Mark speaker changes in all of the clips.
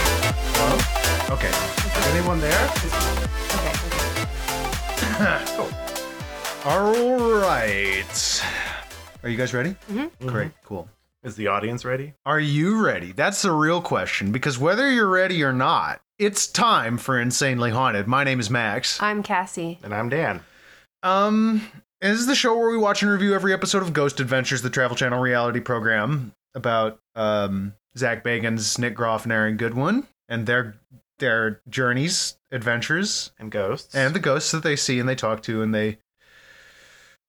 Speaker 1: Hello? Okay. Is anyone there?
Speaker 2: Okay. okay.
Speaker 1: All right. Are you guys ready? Mm-hmm. Great. Cool.
Speaker 3: Is the audience ready?
Speaker 1: Are you ready? That's the real question because whether you're ready or not, it's time for Insanely Haunted. My name is Max.
Speaker 2: I'm Cassie.
Speaker 3: And I'm Dan.
Speaker 1: Um, this is the show where we watch and review every episode of Ghost Adventures, the Travel Channel reality program about um Zach Bagans, Nick Groff, and Aaron Goodwin and their their journeys, adventures,
Speaker 3: And ghosts.
Speaker 1: and the ghosts that they see and they talk to and they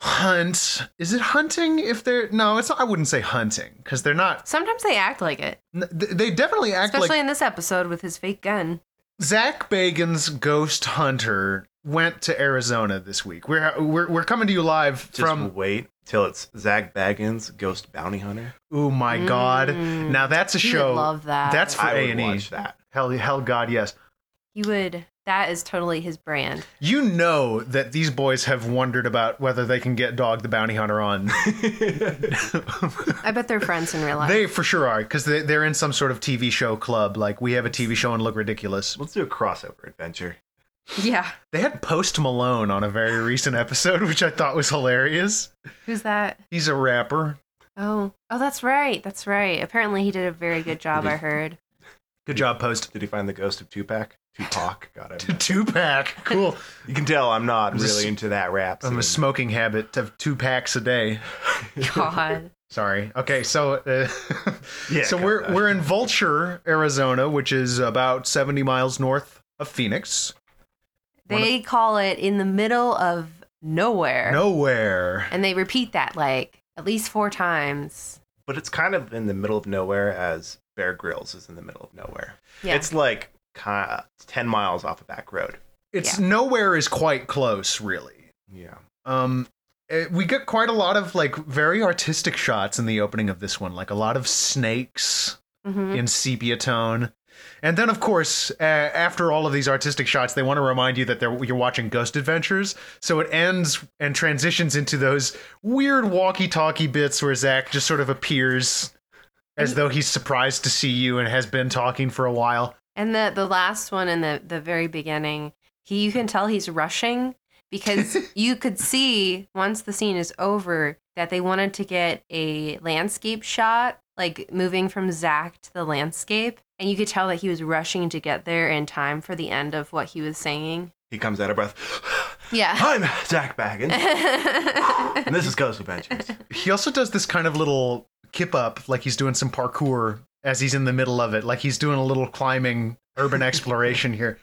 Speaker 1: hunt. Is it hunting? If they're no, it's not, I wouldn't say hunting because they're not.
Speaker 2: Sometimes they act like it,
Speaker 1: n- th- They definitely act
Speaker 2: especially
Speaker 1: like
Speaker 2: in this episode with his fake gun.
Speaker 1: Zach Bagan's ghost hunter went to Arizona this week. We're we're, we're coming to you live
Speaker 3: Just
Speaker 1: from.
Speaker 3: wait till it's Zach Baggins, Ghost Bounty Hunter.
Speaker 1: Oh my god!
Speaker 2: Mm.
Speaker 1: Now that's a
Speaker 2: He would
Speaker 1: show.
Speaker 2: love that.
Speaker 1: That's for
Speaker 3: I
Speaker 1: A
Speaker 3: would
Speaker 1: and E.
Speaker 3: watch that.
Speaker 1: Hell, hell, god, yes.
Speaker 2: He would. That is totally his brand.
Speaker 1: You know that these boys have wondered about whether they can get Dog the Bounty Hunter on.
Speaker 2: I bet they're friends in real life.
Speaker 1: they for sure are because they, they're in some sort of TV show club. Like we have a TV show and look ridiculous.
Speaker 3: Let's do a crossover adventure.
Speaker 2: yeah.
Speaker 1: They had Post Malone on a very recent episode, which I thought was hilarious.
Speaker 2: Who's that?
Speaker 1: He's a rapper.
Speaker 2: Oh, oh, that's right. That's right. Apparently, he did a very good job. I heard.
Speaker 1: Good job, Post.
Speaker 3: Did he find the ghost of Tupac? Tupac, got it.
Speaker 1: Two pack. Cool.
Speaker 3: You can tell I'm not
Speaker 1: I'm
Speaker 3: really
Speaker 1: just-
Speaker 3: into that rap.
Speaker 1: I'm a
Speaker 3: scene.
Speaker 1: smoking habit of two packs a day.
Speaker 2: God.
Speaker 1: Sorry. Okay, so uh,
Speaker 3: Yeah,
Speaker 1: so
Speaker 3: got
Speaker 1: we're
Speaker 3: that.
Speaker 1: we're in Vulture, Arizona, which is about 70 miles north of Phoenix.
Speaker 2: they call it in the middle of nowhere.
Speaker 1: Nowhere.
Speaker 2: And they repeat that like at least four times.
Speaker 3: But it's kind of in the middle of nowhere, as Bear Grylls is in the middle of nowhere.
Speaker 2: Yeah.
Speaker 3: It's like kind ten miles off a back road.
Speaker 1: It's nowhere is quite close, really.
Speaker 3: Yeah.
Speaker 1: Um eh, we get quite a lot of like very artistic shots in the opening of this one, like a lot of snakes.
Speaker 2: Mhm.
Speaker 1: in sepia tone. And then, of course, uh, after all of these artistic shots, they want to remind you that they're, you're watching Ghost Adventures. So it ends and transitions into those weird walkie-talkie bits where Zach just sort of appears as though he's surprised to see you and has been talking for a while.
Speaker 2: And the the last one in the the very beginning, he you can tell he's rushing because you could see once the scene is over that they wanted to get a landscape shot, like moving from Zach to the landscape, and you could tell that he was rushing to get there in time for the end of what he was saying.
Speaker 3: He comes out of breath.
Speaker 2: Yeah.
Speaker 3: I'm Zach Baggins, and this is Ghost Adventures.
Speaker 1: He also does this kind of little kip up, like he's doing some parkour as he's in the middle of it, like he's doing a little climbing urban exploration here.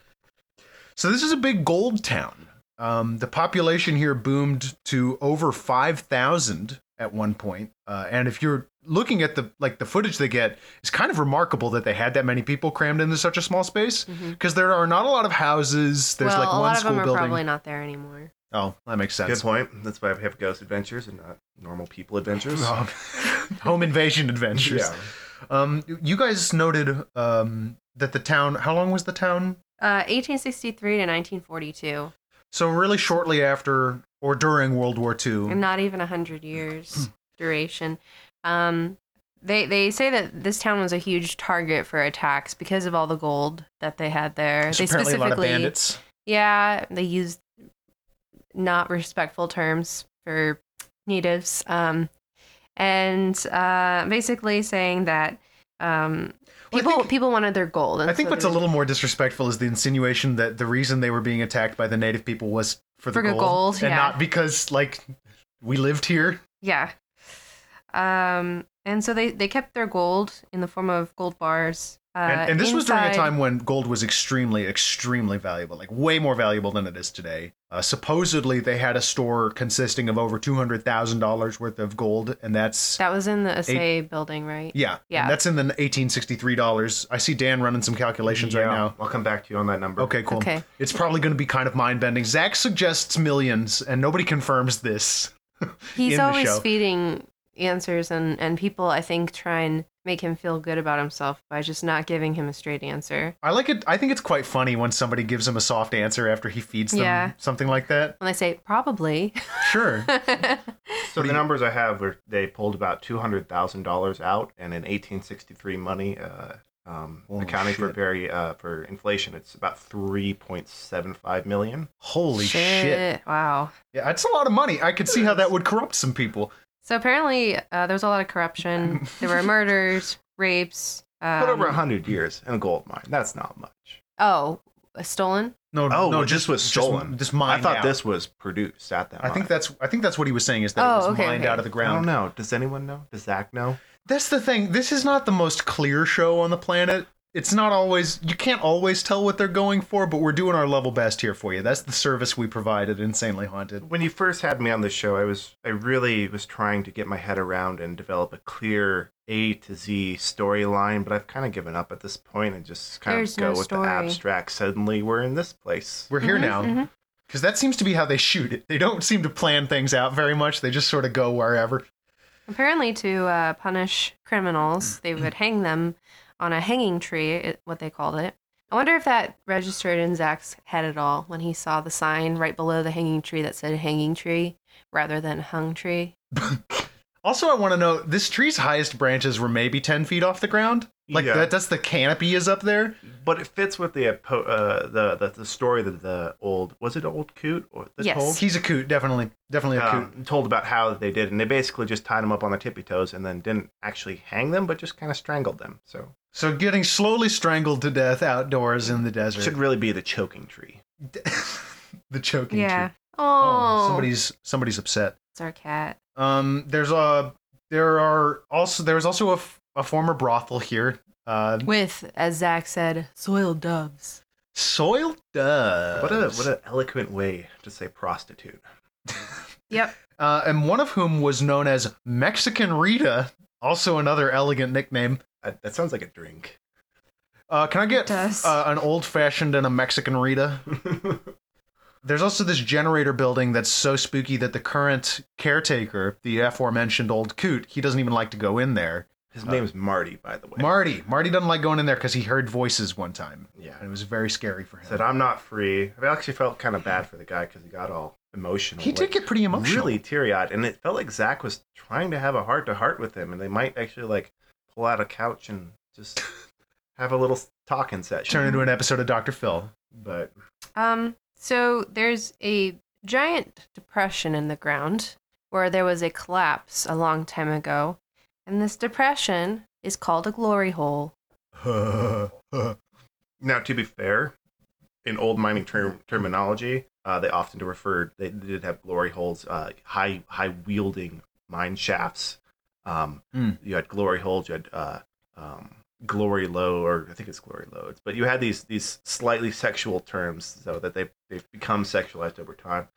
Speaker 1: So this is a big gold town. Um, the population here boomed to over five thousand at one point, uh, and if you're looking at the like the footage they get, it's kind of remarkable that they had that many people crammed into such a small space
Speaker 2: Mhm.
Speaker 1: because there are not a lot of houses. There's
Speaker 2: well,
Speaker 1: like
Speaker 2: a
Speaker 1: one
Speaker 2: lot of
Speaker 1: school
Speaker 2: them are
Speaker 1: building.
Speaker 2: probably not there anymore.
Speaker 1: Oh, that makes sense.
Speaker 3: Good point. That's why we have Ghost Adventures and not normal people adventures.
Speaker 1: Um, home invasion adventures.
Speaker 3: Yeah.
Speaker 1: Um, you guys noted um, that the town. How long was the town?
Speaker 2: Uh, 1863 to 1942,
Speaker 1: So really, shortly after or during World War II.
Speaker 2: and not even 100 years duration. Um, they they say that this town was a huge target for attacks because of all the gold that they had there.
Speaker 1: There's
Speaker 2: they
Speaker 1: apparently a lot of bandits.
Speaker 2: yeah, they used not respectful terms for natives, um, and uh, basically saying that um,
Speaker 1: Well, I
Speaker 2: people
Speaker 1: think-
Speaker 2: people wanted their gold. And
Speaker 1: I think
Speaker 2: so
Speaker 1: what's
Speaker 2: they-
Speaker 1: a little more disrespectful is the insinuation that the reason they were being attacked by the native people was for the
Speaker 2: For the
Speaker 1: gold,
Speaker 2: gold,
Speaker 1: and
Speaker 2: yeah.
Speaker 1: not because like we lived here.
Speaker 2: Yeah. Um, And so they, they kept their gold in the form of gold bars. Uh,
Speaker 1: and, and this was during a
Speaker 2: inside-
Speaker 1: time when gold was extremely, extremely valuable, like way more valuable than it is today. Uh, supposedly, they had a store consisting of over two hundred thousand dollars worth of gold, and that's
Speaker 2: That was in the Assay building, right?
Speaker 1: yeah,
Speaker 2: Yeah.
Speaker 1: and that's in the eighteen sixty three dollars. I see Dan running some calculations
Speaker 3: Yeah,
Speaker 1: right now.
Speaker 3: I'll come back to you on that number.
Speaker 1: Okay, cool.
Speaker 2: Okay.
Speaker 1: It's probably going to be kind of mind bending. Zach suggests millions, and nobody confirms this. in
Speaker 2: He's
Speaker 1: the
Speaker 2: always
Speaker 1: show.
Speaker 2: feeding answers, and, and people, I think, try and make him feel good about himself by just not giving him a straight answer.
Speaker 1: I like it. I think it's quite funny when somebody gives him a soft answer after he feeds them
Speaker 2: Yeah.
Speaker 1: something like that.
Speaker 2: When they say, probably.
Speaker 1: Sure.
Speaker 3: So
Speaker 1: What do
Speaker 3: the
Speaker 1: you-
Speaker 3: numbers I have were they pulled about two hundred thousand dollars out, and in eighteen sixty three money, uh, um,
Speaker 1: Holy
Speaker 3: accounting for
Speaker 1: shit.
Speaker 3: very uh, for inflation, it's about three point seven five million.
Speaker 1: Holy shit.
Speaker 2: Wow.
Speaker 1: Yeah, that's a lot of money. I could see how that would corrupt some people.
Speaker 2: So apparently, uh, there was a lot of corruption. There were murders, rapes. Um,
Speaker 3: But over hundred years in a gold mine, that's not much.
Speaker 2: Oh, stolen?
Speaker 1: No,
Speaker 3: Oh,
Speaker 1: no,
Speaker 3: well, this was stolen.
Speaker 1: Just, just mined
Speaker 3: I thought
Speaker 1: out.
Speaker 3: this was produced at that.
Speaker 1: I think
Speaker 3: mine.
Speaker 1: that's. I think that's what he was saying is that
Speaker 2: Oh,
Speaker 1: it was
Speaker 2: okay,
Speaker 1: mined
Speaker 2: okay.
Speaker 1: out of the
Speaker 3: I don't
Speaker 1: ground.
Speaker 3: know. Does anyone know? Does Zach know?
Speaker 1: That's the thing. This is not the most clear show on the planet. It's not always. You can't always tell what they're going for, but we're doing our level best here for you. That's the service we provide at Insanely Haunted.
Speaker 3: When you first had me on the show, I was I really was trying to get my head around and develop a clear A to Z storyline, but I've kind of given up at this point and just kind
Speaker 2: There's
Speaker 3: of go
Speaker 2: no
Speaker 3: with
Speaker 2: story.
Speaker 3: the abstract. Suddenly, we're in this place.
Speaker 1: We're here
Speaker 2: Mhm,
Speaker 1: now.
Speaker 2: mhm.
Speaker 1: Because that seems to be how they shoot it. They don't seem to plan things out very much. They just sort of go wherever.
Speaker 2: Apparently, to uh, punish criminals, they would hang them on a hanging tree, it- what they called it. I wonder if that registered in Zach's head at all when he saw the sign right below the hanging tree that said hanging tree rather than hung tree.
Speaker 1: Also, I want to know this tree's highest branches were maybe 10 feet off the ground. Like,
Speaker 3: Yeah.
Speaker 1: that, that's the canopy is up there.
Speaker 3: But it fits with the apo- uh, the, the the story that the old was it old coot or the
Speaker 2: Yes.
Speaker 3: told
Speaker 1: He's a coot, definitely. Definitely a coot.
Speaker 3: um, told about how they did, and they basically just tied them up on their tippy toes and then didn't actually hang them, but just kind of strangled them. So
Speaker 1: So, getting slowly strangled to death outdoors in the
Speaker 3: it should
Speaker 1: desert.
Speaker 3: really be the choking tree.
Speaker 1: the choking
Speaker 2: Yeah.
Speaker 1: tree.
Speaker 2: Oh,
Speaker 1: somebody's somebody's upset.
Speaker 2: It's our cat.
Speaker 1: Um, there's a there are also there's also a, f- a former brothel here. Uh,
Speaker 2: With, as Zach said, soiled doves.
Speaker 1: soil does.
Speaker 3: What a what an eloquent way to say prostitute.
Speaker 2: Yep.
Speaker 1: uh, and one of whom was known as Mexican Rita, also another elegant nickname.
Speaker 3: Uh, that sounds like a drink.
Speaker 1: Uh, can I get
Speaker 2: does.
Speaker 1: uh, an old fashioned and a Mexican Rita? There's also this generator building that's so spooky that the current caretaker, the aforementioned old coot, he doesn't even like to go in there.
Speaker 3: His name's Marty, by the way.
Speaker 1: Marty, Marty doesn't like going in there because he heard voices one time,
Speaker 3: yeah.
Speaker 1: and it was very scary for him.
Speaker 3: Said I'm not free. I actually felt kind of bad for the guy because he got all emotional.
Speaker 1: he did
Speaker 3: like,
Speaker 1: get pretty emotional.
Speaker 3: really teary eyed, and it felt like Zach was trying to have a heart to heart with him, and they might actually like pull out a couch and just have a little talking session.
Speaker 1: turned into an episode of Doctor Phil.
Speaker 3: but
Speaker 2: Um, so there's a giant depression in the ground where there was a collapse a long time ago. And this depression is called a glory hole.
Speaker 3: now, to be fair, in old mining term- terminology, uh, they often referred they did have glory holes, uh, high high wielding mine shafts. Um,
Speaker 1: Mm.
Speaker 3: You had glory holes, you had uh, um, glory low, or I think it's glory loads, but you had these these slightly sexual terms, so that they they've become sexualized over time.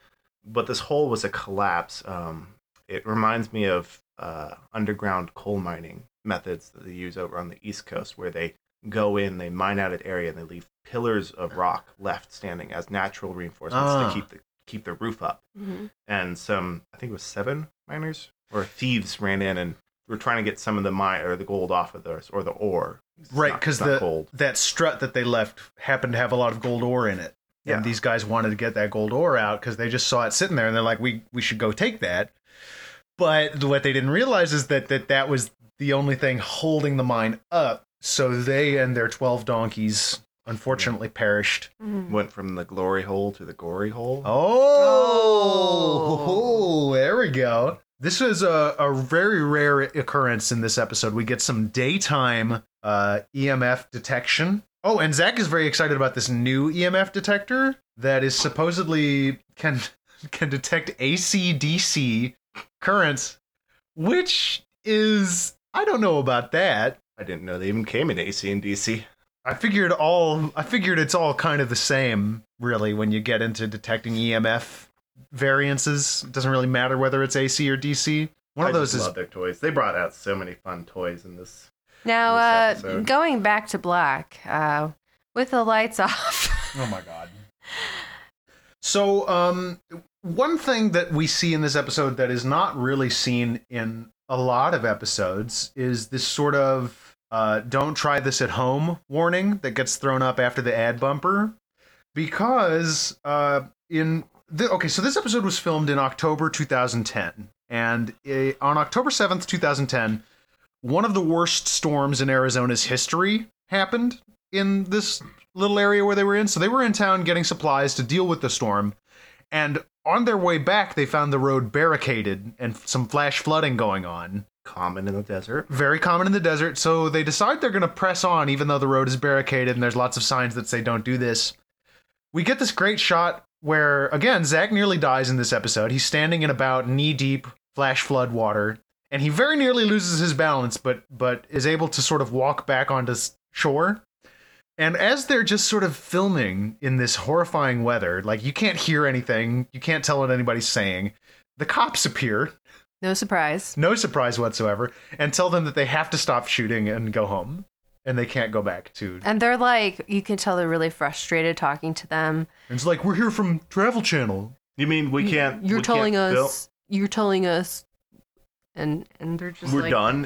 Speaker 3: But this hole was a collapse. Um, it reminds me of uh, underground coal mining methods that they use over on the East Coast, where they go in, they mine out an area, and they leave pillars of rock left standing as natural reinforcements
Speaker 1: Ah.
Speaker 3: to keep the keep the roof up.
Speaker 2: Mm-hmm.
Speaker 3: And some, I think it was seven miners or thieves ran in and were trying to get some of the mine or the gold off of those or the ore. It's
Speaker 1: Right,
Speaker 3: not-
Speaker 1: because
Speaker 3: it's not
Speaker 1: the
Speaker 3: gold.
Speaker 1: that strut that they left happened to have a lot of gold ore in it,
Speaker 3: Yeah.
Speaker 1: and these guys wanted to get that gold ore out because they just saw it sitting there, and they're like, "We we should go take that." But what they didn't realize is that that that was the only thing holding the mine up. So they and their twelve donkeys unfortunately perished.
Speaker 2: Mm-hmm.
Speaker 3: went from the glory hole to the gory hole.
Speaker 1: Oh,
Speaker 2: Oh.
Speaker 1: there we go. This is a, a very rare occurrence in this episode. We get some daytime uh, EMF detection. Oh, and Zach is very excited about this new EMF detector that is supposedly can can detect AC/DC currents, which is I don't know about that.
Speaker 3: I didn't know they even came in AC and DC.
Speaker 1: I figured all I figured it's all kind of the same, really, when you get into detecting EMF variances. It doesn't really matter whether it's AC or DC. One
Speaker 3: I
Speaker 1: of those
Speaker 3: just
Speaker 1: is
Speaker 3: love their toys. They brought out so many fun toys in this.
Speaker 2: Now,
Speaker 3: This
Speaker 2: uh,
Speaker 3: episode.
Speaker 2: going back to black, uh, with the lights off.
Speaker 1: Oh my god. So, um, one thing that we see in this episode that is not really seen in a lot of episodes is this sort of uh, "don't try this at home" warning that gets thrown up after the ad bumper, because uh, in the, okay, so this episode was filmed in October 2010, and uh on October 7th, 2010, one of the worst storms in Arizona's history happened in this little area where they were in. So they were in town getting supplies to deal with the storm. And on their way back, they found the road barricaded and f- some flash flooding going on.
Speaker 3: Common in the desert.
Speaker 1: Very common in the desert. So they decide they're going to press on, even though the road is barricaded and there's lots of signs that say don't do this. We get this great shot where, again, Zach nearly dies in this episode. He's standing in about knee deep flash flood water. And he very nearly loses his balance, but but is able to sort of walk back onto s- shore. And as they're just sort of filming in this horrifying weather, like you can't hear anything, you can't tell what anybody's saying, the cops appear,
Speaker 2: no surprise.
Speaker 1: no surprise whatsoever, and tell them that they have to stop shooting and go home. And they can't go back to.
Speaker 2: And they're like, you can tell they're really frustrated talking to them.
Speaker 1: It's like, we're here from Travel Channel.
Speaker 3: You mean we can't?
Speaker 2: Mm, You're
Speaker 3: we can't
Speaker 2: telling
Speaker 3: film-
Speaker 2: us. You're telling us. And and they're just
Speaker 3: we're
Speaker 2: like,
Speaker 3: done.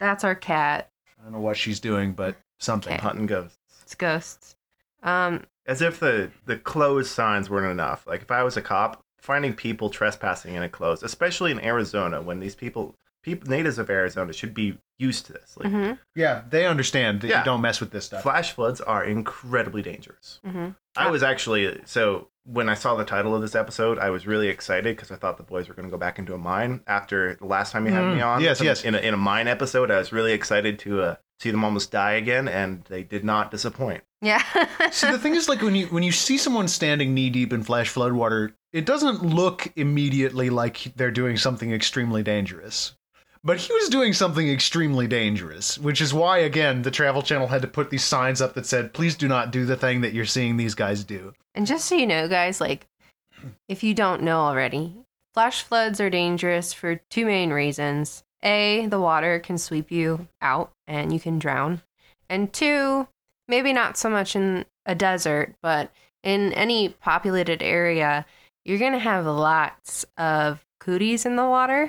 Speaker 2: that's our cat.
Speaker 1: I don't know what she's doing, but something.
Speaker 2: Okay.
Speaker 3: Hunting ghosts.
Speaker 2: It's ghosts. Um,
Speaker 3: As if the the closed signs weren't enough. Like if I was a cop, finding people trespassing in a closed, especially in Arizona, when these people, people natives of Arizona, should be used to this. Like
Speaker 2: mhm,
Speaker 1: Yeah, they understand that
Speaker 3: Yeah.
Speaker 1: you don't mess with this
Speaker 2: Mm-hmm.
Speaker 1: stuff.
Speaker 3: flash floods are incredibly dangerous.
Speaker 2: mhm.
Speaker 3: I was actually so when I saw the title of this episode, I was really excited because I thought the boys were going to go back into a mine after the last time you had
Speaker 1: Mm,
Speaker 3: me on.
Speaker 1: yes,
Speaker 3: in,
Speaker 1: yes.
Speaker 3: In a, in a mine episode, I was really excited to uh, see them almost die again, and they did not disappoint.
Speaker 2: Yeah.
Speaker 1: See, the thing is, like when you when you see someone standing knee deep in flash flood water, it doesn't look immediately like they're doing something extremely dangerous. But he was doing something extremely dangerous, which is why, again, the Travel Channel had to put these signs up that said, "Please do not do the thing that you're seeing these guys do."
Speaker 2: And just so you know, guys, like if you don't know already, flash floods are dangerous for two main reasons. A, the water can sweep you out and you can drown. And two, maybe not so much in a desert, but in any populated area, you're going to have lots of cooties in the water.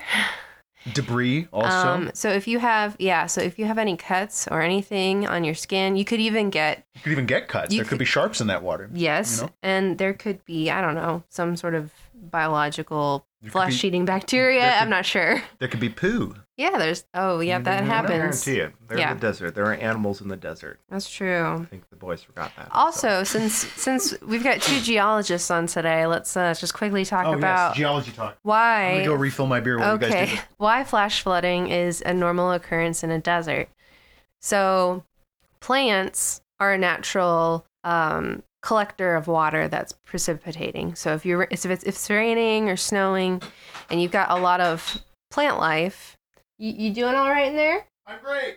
Speaker 2: Um,
Speaker 1: Debris, also.
Speaker 2: so if you have, yeah, so if you have any cuts or anything on your skin, you could even get
Speaker 1: you could even get cuts.
Speaker 2: you
Speaker 1: There could,
Speaker 2: could-
Speaker 1: be sharps in that water.
Speaker 2: Yes,
Speaker 1: know?
Speaker 2: and there could be I don't know some sort of biological
Speaker 1: There could
Speaker 2: flesh
Speaker 1: be-
Speaker 2: eating bacteria.
Speaker 1: there could-
Speaker 2: I'm not sure.
Speaker 1: There could be poo.
Speaker 2: Yeah, there's oh yeah
Speaker 1: Mm,
Speaker 2: that
Speaker 1: I
Speaker 3: I
Speaker 2: happens.
Speaker 3: Mm-hmm. guarantee you, they're
Speaker 2: Yeah.
Speaker 3: in the desert. There are animals in the desert.
Speaker 2: That's true.
Speaker 3: I think the boys forgot that.
Speaker 2: Also, since since we've got two geologists on today, let's uh, just quickly talk about
Speaker 1: Oh, geology talk. I'm
Speaker 2: why
Speaker 1: gonna go refill my beer while you guys do
Speaker 2: okay
Speaker 1: this.
Speaker 2: why flash flooding is a normal occurrence in a desert so plants are a natural um, collector of water that's precipitating so if you're if it's, if it's raining or snowing and you've got a lot of plant life you, you doing all right in there
Speaker 1: I'm great.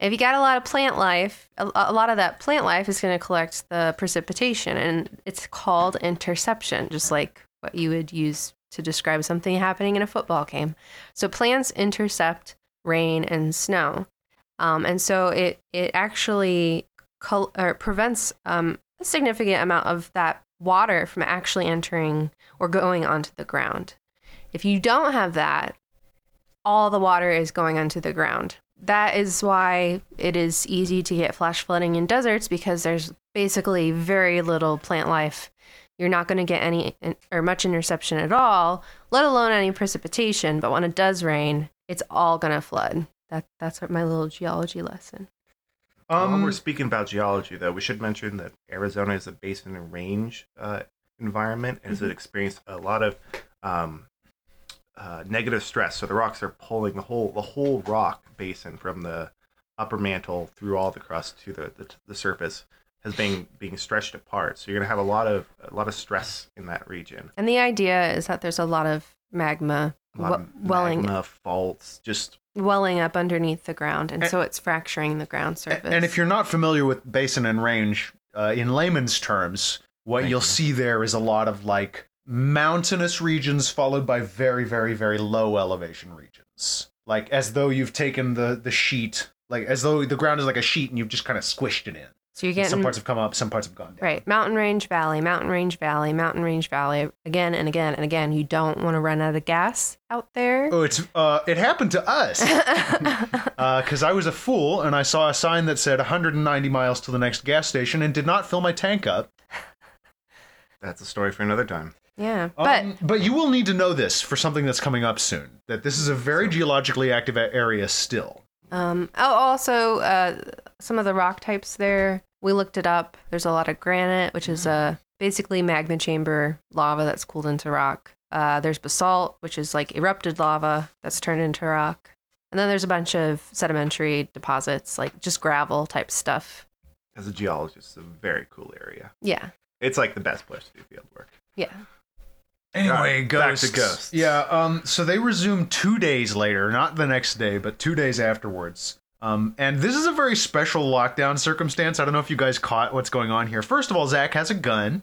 Speaker 2: if you got a lot of plant life, a, a lot of that plant life is going to collect the precipitation, and it's called interception, just like what you would use to describe something happening in a football game. So plants intercept rain and snow, um, and so it it actually col- or prevents um, a significant amount of that water from actually entering or going onto the ground. If you don't have that, all the water is going onto the ground. That is why it is easy to get flash flooding in deserts because there's basically very little plant life. You're not going to get any or much interception at all, let alone any precipitation. But when it does rain, it's all going to flood. That, that's what my little geology lesson.
Speaker 3: While
Speaker 1: Um,
Speaker 3: we're speaking about geology, though, we should mention that Arizona is a basin and range uh, environment, and has experienced a lot of um, uh, negative stress. So the rocks are pulling the whole the whole rock basin from the upper mantle through all the crust to the the, the surface has been being stretched apart. So you're gonna have a lot of a lot of stress in that region.
Speaker 2: And the idea is that there's a lot of magma
Speaker 3: A lot
Speaker 2: we-
Speaker 3: of
Speaker 2: welling
Speaker 3: magma faults, just
Speaker 2: welling up underneath the ground, and
Speaker 1: And-
Speaker 2: so it's fracturing the ground surface.
Speaker 1: And if you're not familiar with basin and range, uh, in layman's terms, what
Speaker 3: Thank
Speaker 1: you'll
Speaker 3: you.
Speaker 1: see there is a lot of like mountainous regions followed by very, very, very low elevation regions. Like as though you've taken the the sheet, like as though the ground is like a sheet and you've just kind of squished it in.
Speaker 2: so you're
Speaker 1: And some
Speaker 2: getting
Speaker 1: parts have come up, some parts have gone down.
Speaker 2: right mountain range valley, mountain range valley, mountain range valley again and again and again. You don't want to run out of gas out there.
Speaker 1: Oh, it's uh, it happened to us. because I was a fool and I saw a sign that said 190 miles to the next gas station and did not fill my tank up.
Speaker 3: that's a story for another time.
Speaker 2: yeah, but
Speaker 1: Um, but you will need to know this for something that's coming up soon. That this is a very geologically active a- area still.
Speaker 2: Um, oh, also, uh, some of the rock types there, we looked it up. There's a lot of granite, which is uh, basically magma chamber lava that's cooled into rock. Uh, there's basalt, which is like erupted lava that's turned into rock. And then there's a bunch of sedimentary deposits, like just gravel type stuff.
Speaker 3: As a geologist, it's a very cool area.
Speaker 2: Yeah.
Speaker 3: It's like the best place to do field work.
Speaker 2: Yeah.
Speaker 1: Anyway,
Speaker 3: back to
Speaker 1: ghosts.
Speaker 3: ghosts.
Speaker 1: Yeah. Um. So they resume two days later, not the next day, but two days afterwards. Um. And this is a very special lockdown circumstance. I don't know if you guys caught what's going on here. First of all, Zach has a gun.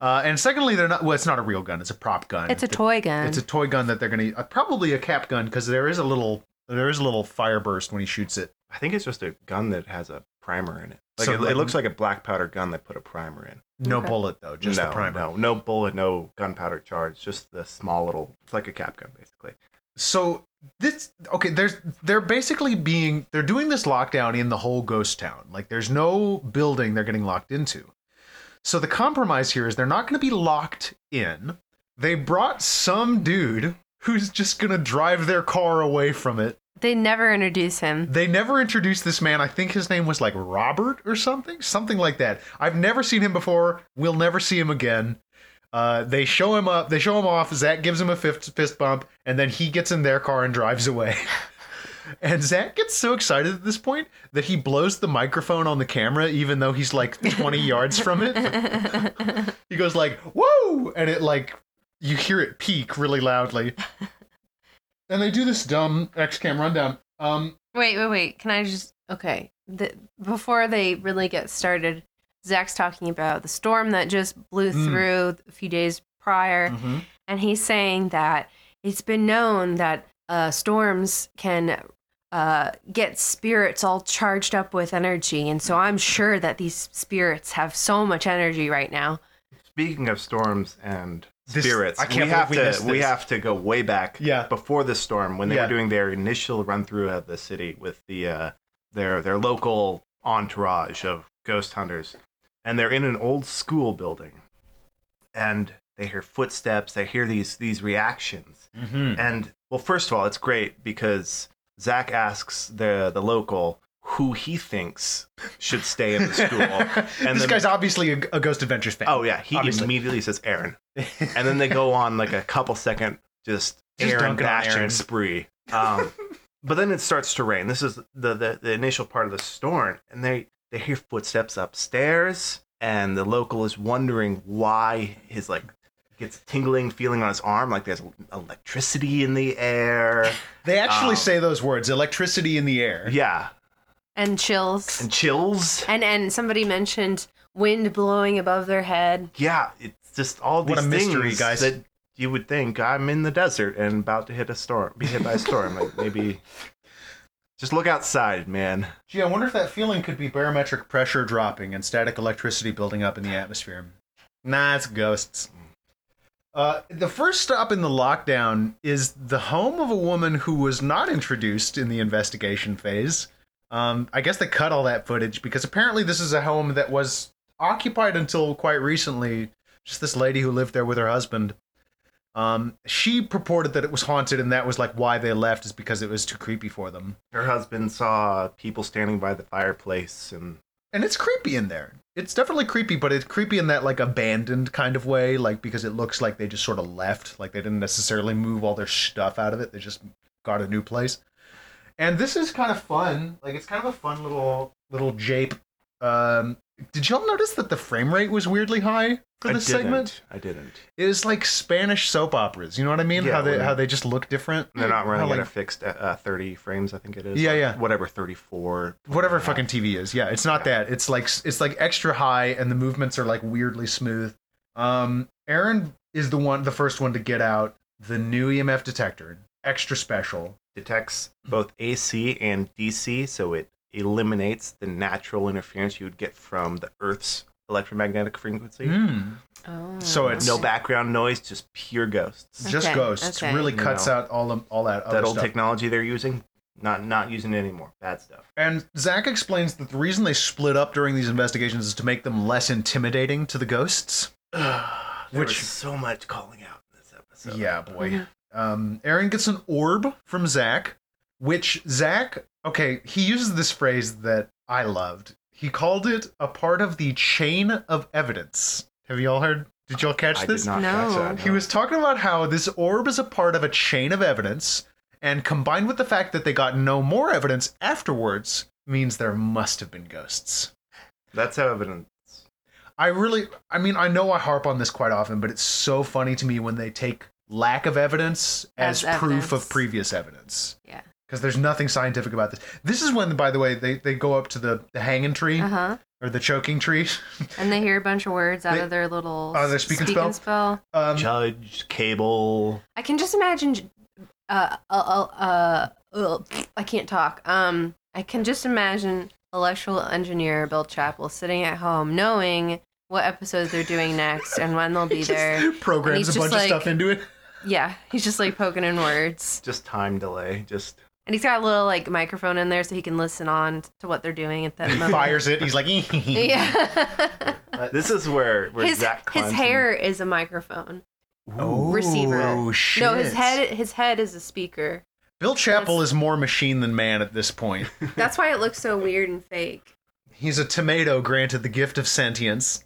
Speaker 1: Uh, and secondly, they're not. Well, it's not a real gun. It's a prop gun.
Speaker 2: It's a
Speaker 1: The-
Speaker 2: toy gun.
Speaker 1: It's a toy gun that they're gonna uh, probably a cap gun because there is a little there is a little fire burst when he shoots it.
Speaker 3: I think it's just a gun that has a primer in it. Like
Speaker 1: So,
Speaker 3: it,
Speaker 1: like-
Speaker 3: it looks like a black powder gun that put a primer in.
Speaker 1: No
Speaker 2: Okay.
Speaker 1: bullet though, just
Speaker 3: no,
Speaker 1: the primer.
Speaker 3: No, no bullet, no gunpowder charge. Just the small little. It's like a cap gun, basically.
Speaker 1: So this okay, there's they're basically being they're doing this lockdown in the whole ghost town. Like there's no building they're getting locked into. So the compromise here is they're not gonna be locked in. They brought some dude who's just gonna drive their car away from it.
Speaker 2: they never introduce him.
Speaker 1: They never introduced this man. I think his name was like Robert or something, something like that. I've never seen him before. We'll never see him again. Uh, they show him up. They show him off. Zach gives him a fist, fist bump, and then he gets in their car and drives away. and Zach gets so excited at this point that he blows the microphone on the camera, even though he's like 20 yards from it. He goes like, "Whoa!" and it like you hear it peak really loudly. And they do this dumb X cam rundown. Um,
Speaker 2: Wait, wait, wait. Can I just okay? The, before they really get started, Zach's talking about the storm that just blew
Speaker 1: Mm.
Speaker 2: through a few days prior, and he's saying that it's been known that uh, storms can uh, get spirits all charged up with energy, and so I'm sure that these spirits have so much energy right now.
Speaker 3: Speaking of storms and
Speaker 1: This-
Speaker 3: spirits,
Speaker 1: I can't
Speaker 3: we have
Speaker 1: believe we
Speaker 3: to
Speaker 1: missed
Speaker 3: we
Speaker 1: this.
Speaker 3: have to go way back.
Speaker 1: Yeah.
Speaker 3: Before the storm, when they
Speaker 1: Yeah.
Speaker 3: were doing their initial run through of the city with the uh, their their local entourage of ghost hunters, and they're in an old school building, and they hear footsteps. They hear these these reactions,
Speaker 1: Mm-hmm.
Speaker 3: And well, first of all, it's great because Zach asks the the local who he thinks should stay in the school.
Speaker 1: this
Speaker 3: then-
Speaker 1: guy's obviously a, a Ghost Adventures fan.
Speaker 3: oh yeah, he
Speaker 1: Obviously.
Speaker 3: immediately says Aaron, and then they go on like a couple second just,
Speaker 1: Just
Speaker 3: Aaron
Speaker 1: dunking on
Speaker 3: bashing
Speaker 1: Aaron.
Speaker 3: spree. Um, but then it starts to rain. This is the, the the initial part of the storm, and they they hear footsteps upstairs, and the local is wondering why his like gets tingling feeling on his arm like there's electricity in the air
Speaker 1: they actually
Speaker 3: Um,
Speaker 1: say those words: electricity in the air.
Speaker 3: Yeah,
Speaker 2: And chills,
Speaker 3: and chills.
Speaker 2: and and somebody mentioned wind blowing above their head.
Speaker 3: Yeah, it's just all these
Speaker 1: What a mystery,
Speaker 3: things
Speaker 1: guys.
Speaker 3: that you would think I'm in the desert and about to hit a storm, be hit by a storm. like maybe just look outside, man.
Speaker 1: Gee, I wonder if that feeling could be barometric pressure dropping and static electricity building up in the atmosphere. Nah, it's ghosts. Uh, the first stop in the lockdown is the home of a woman who was not introduced in the investigation phase. Um, I guess they cut all that footage because apparently this is a home that was occupied until quite recently. Just this lady who lived there with her husband. Um, she purported that it was haunted, and that was like why they left, is because it was too creepy for them.
Speaker 3: Her husband saw people standing by the fireplace, and
Speaker 1: and it's creepy in there. It's definitely creepy, but it's creepy in that like abandoned kind of way, like because it looks like they just sort of left, like they didn't necessarily move all their stuff out of it. They just got a new place. And this is kind of fun. Like it's kind of a fun little little jape. Um, did y'all notice that the frame rate was weirdly high for this
Speaker 3: I didn't.
Speaker 1: segment
Speaker 3: I didn't.
Speaker 1: is like Spanish soap operas. You know what I mean?
Speaker 3: Yeah,
Speaker 1: how they
Speaker 3: well,
Speaker 1: how they just look different.
Speaker 3: They're not running
Speaker 1: like-
Speaker 3: at a fixed uh, uh, 30 frames, I think it is.
Speaker 1: Yeah,
Speaker 3: or
Speaker 1: yeah.
Speaker 3: Whatever, 34.
Speaker 1: Whatever
Speaker 3: Yeah.
Speaker 1: fucking TV is. Yeah, it's not that. It's like it's like extra high and the movements are like weirdly smooth. Um Aaron is the one the first one to get out the new EMF detector. Extra special.
Speaker 3: detects both AC and DC, so it eliminates the natural interference you would get from the Earth's electromagnetic frequency.
Speaker 1: Mm.
Speaker 2: Oh.
Speaker 1: So it's-
Speaker 3: No background noise, just pure ghosts.
Speaker 1: Just
Speaker 2: Okay,
Speaker 1: ghosts.
Speaker 2: okay.
Speaker 1: Really
Speaker 3: You
Speaker 1: cuts
Speaker 3: know,
Speaker 1: out all of, all that other
Speaker 3: that old
Speaker 1: stuff.
Speaker 3: technology they're using, not not using it anymore. Bad stuff.
Speaker 1: And Zach explains that the reason they split up during these investigations is to make them less intimidating to the ghosts.
Speaker 3: there
Speaker 1: Which-
Speaker 3: was so much calling out in this episode.
Speaker 1: yeah, boy.
Speaker 2: Mhm.
Speaker 1: Um, Aaron gets an orb from Zach, which Zach, okay, he uses this phrase that I loved. He called it a part of the chain of evidence. Have you all heard? Did you all catch
Speaker 3: I
Speaker 1: this?
Speaker 3: did not
Speaker 2: No.
Speaker 3: catch that.
Speaker 1: He was talking about how this orb is a part of a chain of evidence, and combined with the fact that they got no more evidence afterwards, means there must have been ghosts.
Speaker 3: That's how evidence.
Speaker 1: I really, I mean, I know I harp on this quite often, but it's so funny to me when they take lack of evidence as,
Speaker 2: As
Speaker 1: proof
Speaker 2: evidence.
Speaker 1: of previous evidence.
Speaker 2: Yeah.
Speaker 1: Because there's nothing scientific about this. This is when, by the way, they, they go up to the, the hanging tree
Speaker 2: Uh huh.
Speaker 1: or the choking tree.
Speaker 2: And they hear a bunch of words out
Speaker 1: They-
Speaker 2: of their little
Speaker 1: out of their speak and spell? Um,
Speaker 3: Judge, cable.
Speaker 2: I can just imagine. j- Uh, uh, uh, uh, ugh, I can't talk. Um, I can just imagine electrical engineer Bill Chappell sitting at home, knowing what episodes they're doing next and when they'll be
Speaker 1: just
Speaker 2: there.
Speaker 1: programs
Speaker 2: he's
Speaker 1: a
Speaker 2: just
Speaker 1: bunch of
Speaker 2: like-
Speaker 1: stuff into it.
Speaker 2: Yeah, he's just like poking in words,
Speaker 3: Just time delay. Just
Speaker 2: and he's got a little like microphone in there so he can listen on to what they're doing at that
Speaker 1: He
Speaker 2: moment.
Speaker 1: fires it. He's like, yeah.
Speaker 2: Yeah.
Speaker 3: uh, this is where where
Speaker 2: his
Speaker 3: Zach
Speaker 2: his
Speaker 3: climbs in.
Speaker 2: hair is a microphone.
Speaker 1: oh,
Speaker 2: Receiver.
Speaker 1: shit.
Speaker 2: No, his head his head is a speaker.
Speaker 1: Bill Chappell is more machine than man at this point.
Speaker 2: That's why it looks so weird and fake.
Speaker 1: He's a tomato granted the gift of sentience.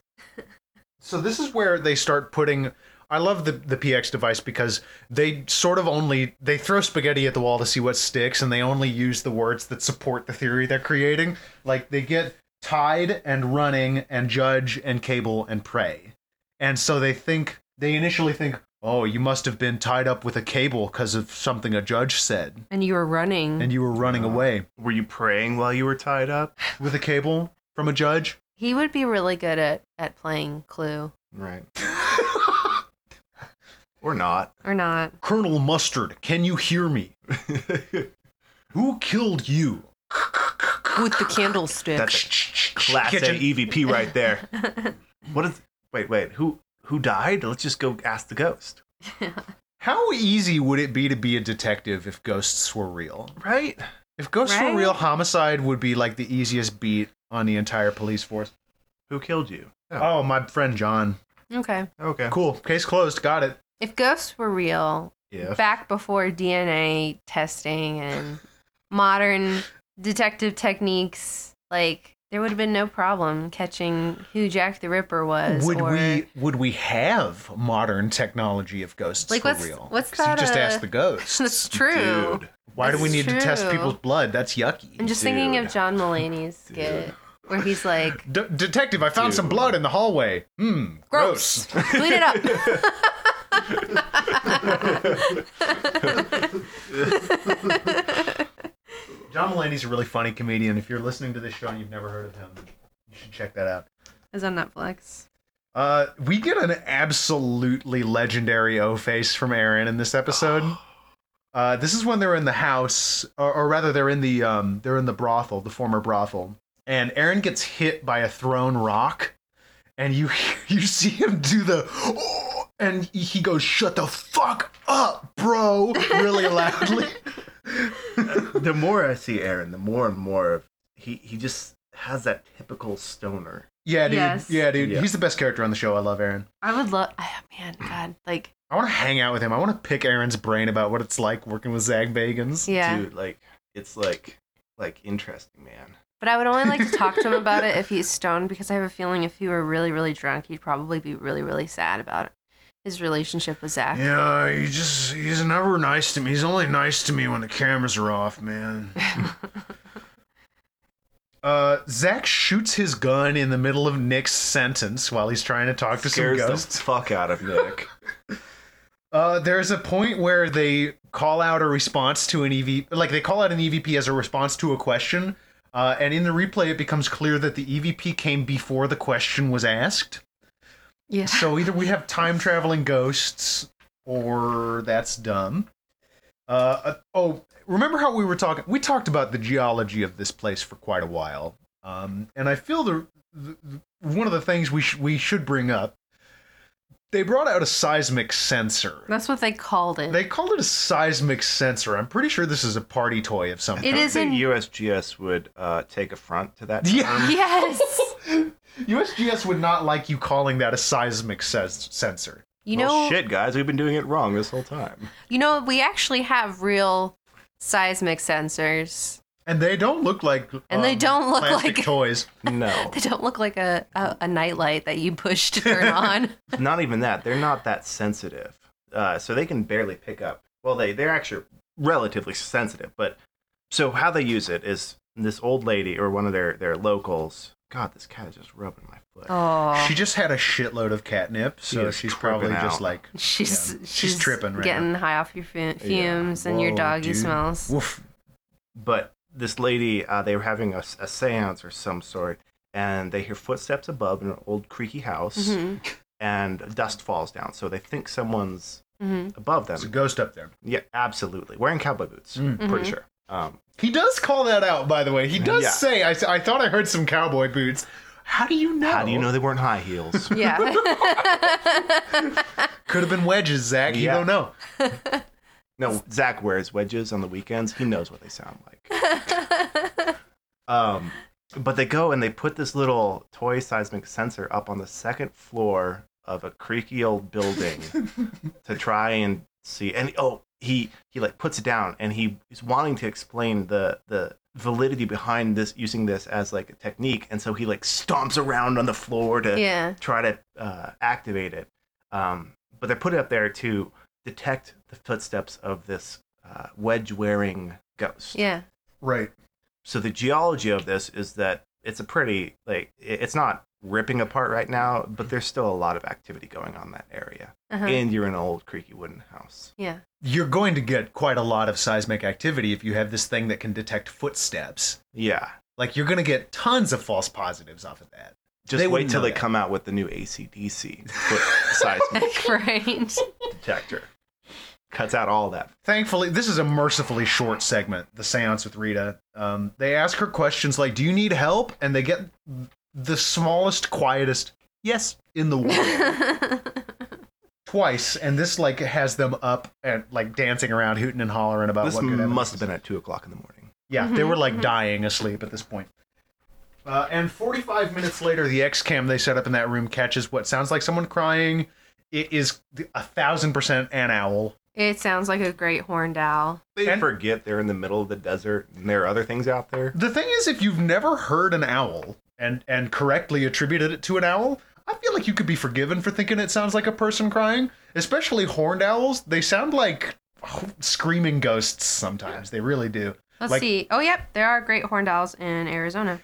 Speaker 1: so this is where they start putting I love the the PX device because they sort of only they throw spaghetti at the wall to see what sticks and they only use the words that support the theory they're creating. Like they get tied and running and judge and cable and prey. And so they think they initially think, "Oh, you must have been tied up with a cable because of something a judge said
Speaker 2: And you were running.
Speaker 1: and you were running
Speaker 3: Uh.
Speaker 1: away
Speaker 3: Were you praying while you were tied up?
Speaker 1: with a cable from a judge."
Speaker 2: he would be really good at at playing Clue
Speaker 3: Right. or not.
Speaker 2: or not.
Speaker 1: Colonel Mustard, can you hear me? Who killed you?
Speaker 2: With the candlestick.
Speaker 3: That's a class A
Speaker 1: Kitchen. e-
Speaker 3: EVP E right there. What is? Wait, wait. Who who died? Let's just go ask the ghost.
Speaker 1: How easy would it be to be a detective if ghosts were real?
Speaker 3: Right.
Speaker 1: If ghosts
Speaker 2: Right?
Speaker 1: were real, homicide would be like the easiest beat on the entire police force.
Speaker 3: Who killed you?
Speaker 1: Oh, my friend John.
Speaker 2: okay.
Speaker 3: Okay.
Speaker 1: Cool. Case closed. Got it.
Speaker 2: If ghosts were real,
Speaker 3: Yeah.
Speaker 2: back before DNA testing and modern detective techniques, like there would have been no problem catching who Jack the Ripper was.
Speaker 1: Would
Speaker 2: or,
Speaker 1: we would we have modern technology if ghosts
Speaker 2: Like,
Speaker 1: were
Speaker 2: what's-
Speaker 1: real?
Speaker 2: what's
Speaker 1: 'Cause
Speaker 2: that,
Speaker 1: You just
Speaker 2: uh,
Speaker 1: asked the ghosts.
Speaker 2: That's true.
Speaker 3: Dude.
Speaker 1: Why do we
Speaker 2: That's
Speaker 1: need to test
Speaker 2: true.
Speaker 1: people's blood? That's yucky.
Speaker 2: I'm just thinking of
Speaker 3: Dude.
Speaker 2: John Mulaney's skit
Speaker 3: Dude.
Speaker 2: where he's like,
Speaker 1: D- detective, I found some
Speaker 3: Dude.
Speaker 1: blood in the hallway. Hmm.
Speaker 2: gross, clean it up.
Speaker 1: John Mulaney's a really funny comedian. If you're listening to this show and you've never heard of him, you should check that out.
Speaker 2: It's on Netflix.
Speaker 1: Uh, we get an absolutely legendary O face from Aaron in this episode. Uh, this is when they're in the house, or, or rather, they're in the um, they're in the brothel, the former brothel, and Aaron gets hit by a thrown rock, and you you see him do the, "Oh," and he goes, "Shut the fuck up, bro!" really loudly.
Speaker 3: the more I see Aaron, the more and more of he he just has that typical stoner.
Speaker 1: Yeah, dude.
Speaker 2: Yes.
Speaker 1: Yeah, dude.
Speaker 3: Yeah.
Speaker 1: He's the best character on the show. I love Aaron.
Speaker 2: I would love, man, God, like,
Speaker 1: I want to hang out with him. I want to pick Aaron's brain about what it's like working with Zag Bagans.
Speaker 2: yeah.
Speaker 3: Dude, like it's like like interesting, man.
Speaker 2: But I would only like to talk to him about it if he's stoned because I have a feeling if he were really, really drunk, he'd probably be really, really sad about his relationship with Zach.
Speaker 1: Yeah, he just he's never nice to me. He's only nice to me when the cameras are off, man. Uh, Zach shoots his gun in the middle of Nick's sentence while he's trying to talk to some
Speaker 3: Scares the
Speaker 1: ghosts.
Speaker 3: fuck out of Nick.
Speaker 1: Uh, there's a point where they call out a response to an EV, like they call out an EVP as a response to a question. Uh, and in the replay, it becomes clear that the EVP came before the question was asked.
Speaker 2: Yeah.
Speaker 1: So either we have time traveling ghosts, or that's dumb. Uh, uh, oh, remember how we were talking? We talked about the geology of this place for quite a while, um, and I feel the, the, the one of the things we sh- we should bring up. They brought out a seismic sensor.
Speaker 2: That's what they called it.
Speaker 1: They called it a seismic sensor. I'm pretty sure this is a party toy of some
Speaker 2: It
Speaker 1: kind.
Speaker 2: is
Speaker 3: I
Speaker 2: in-
Speaker 3: think USGS would uh, take affront to that.
Speaker 1: Yeah.
Speaker 3: term.
Speaker 2: yes.
Speaker 1: USGS would not like you calling that a seismic ses- sensor.
Speaker 2: You
Speaker 3: well,
Speaker 2: know,
Speaker 3: shit, guys, we've been doing it wrong this whole time.
Speaker 2: you know, we actually have real seismic sensors,
Speaker 1: And they don't look like
Speaker 2: and they
Speaker 1: um,
Speaker 2: don't look
Speaker 1: plastic
Speaker 2: like
Speaker 1: toys.
Speaker 3: No,
Speaker 2: they don't look like a, a a nightlight that you push to turn on.
Speaker 3: not even that. They're not that sensitive, uh, so they can barely pick up. Well, they they're actually relatively sensitive, but so how they use it is this old lady or one of their their locals. God, this cat is just rubbing my foot.
Speaker 2: Oh,
Speaker 1: She just had a shitload of catnip,
Speaker 3: She
Speaker 1: so
Speaker 3: is
Speaker 1: she's
Speaker 3: tripping
Speaker 1: probably just
Speaker 3: out.
Speaker 1: like
Speaker 2: she's,
Speaker 1: yeah,
Speaker 2: she's
Speaker 1: she's tripping right
Speaker 2: getting high off your fu- fumes and your
Speaker 1: Whoa,
Speaker 2: doggy
Speaker 1: dude.
Speaker 2: smells.
Speaker 1: woof.
Speaker 3: but this lady, uh, they were having a, a seance or some sort, and they hear footsteps above in an old creaky house,
Speaker 2: hmm
Speaker 3: and dust falls down. So they think someone's
Speaker 2: hmm
Speaker 3: above them.
Speaker 1: There's a ghost up there.
Speaker 3: Yeah, absolutely. Wearing cowboy boots,
Speaker 1: Mm.
Speaker 3: pretty sure. Um,
Speaker 1: He does call that out, by the way. He does
Speaker 3: Yeah.
Speaker 1: say, I, I thought I heard some cowboy boots. How do you know?
Speaker 3: How do you know they weren't high heels?
Speaker 2: Yeah.
Speaker 1: Could have been wedges, Zach. You
Speaker 3: Yeah.
Speaker 1: don't know.
Speaker 3: no, Zach wears wedges on the weekends. He knows what they sound like. um, but they go and they put this little toy seismic sensor up on the second floor of a creaky old building to try and see. And oh, he he like puts it down and he is wanting to explain the the validity behind this using this as like a technique. And so he like stomps around on the floor to
Speaker 2: yeah.
Speaker 3: try to uh, activate it. Um, but they put it up there to detect the footsteps of this uh, wedge wearing ghost.
Speaker 2: Yeah.
Speaker 1: Right.
Speaker 3: So the geology of this is that it's a pretty, like, i- it's not ripping apart right now, but there's still a lot of activity going on in that area.
Speaker 2: Uh-huh.
Speaker 3: And you're in an old creaky wooden house.
Speaker 2: yeah.
Speaker 1: You're going to get quite a lot of seismic activity if you have this thing that can detect footsteps.
Speaker 3: Yeah.
Speaker 1: Like, you're going to get tons of false positives off of that.
Speaker 3: Just
Speaker 1: They
Speaker 3: wait
Speaker 1: wouldn't
Speaker 3: till
Speaker 1: know
Speaker 3: they
Speaker 1: that.
Speaker 3: come out with the new ACDC foot seismic
Speaker 2: right.
Speaker 3: detector. Cuts out all that.
Speaker 1: Thankfully, this is a mercifully short segment, the seance with Rita. Um, they ask her questions like, Do you need help? And they get the smallest, quietest yes in the world twice. And this, like, has them up and, like, dancing around, hooting and hollering about
Speaker 3: This
Speaker 1: what could happen.
Speaker 3: must have been at 2 o'clock in the morning.
Speaker 1: Yeah, they were, like,
Speaker 2: Mhm, mhm.
Speaker 1: dying asleep at this point. Uh, and 45 minutes later, the X cam they set up in that room catches what sounds like someone crying. It is a thousand percent an owl.
Speaker 2: it sounds like a great horned owl.
Speaker 3: They
Speaker 1: And-
Speaker 3: forget they're in the middle of the desert and there are other things out there.
Speaker 1: The thing is, if you've never heard an owl and and correctly attributed it to an owl, I feel like you could be forgiven for thinking it sounds like a person crying. Especially horned owls, they sound like screaming ghosts sometimes. They really do.
Speaker 2: Let's
Speaker 1: Like-
Speaker 2: see. Oh, yep. There are great horned owls in Arizona.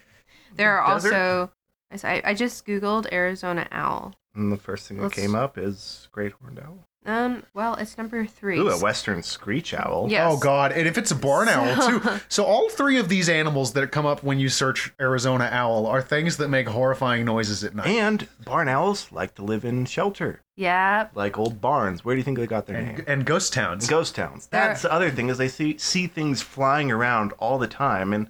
Speaker 2: There are
Speaker 3: Desert?
Speaker 2: also. I s- I, I just Googled Arizona owl.
Speaker 3: And the first thing that
Speaker 2: Let's-
Speaker 3: came up is great horned owl.
Speaker 2: Um. Well, it's number three.
Speaker 3: Ooh, a western screech owl.
Speaker 2: Yes.
Speaker 1: Oh God! And if it's a barn owl too, so all three of these animals that come up when you search Arizona owl are things that make horrifying noises at night.
Speaker 3: And barn owls like to live in shelter,
Speaker 2: Yep.
Speaker 3: like old barns. Where do you think they got their
Speaker 1: And,
Speaker 3: name?
Speaker 1: and ghost towns.
Speaker 3: Ghost towns.
Speaker 2: There-
Speaker 3: That's the other thing is they see see things flying around all the time, and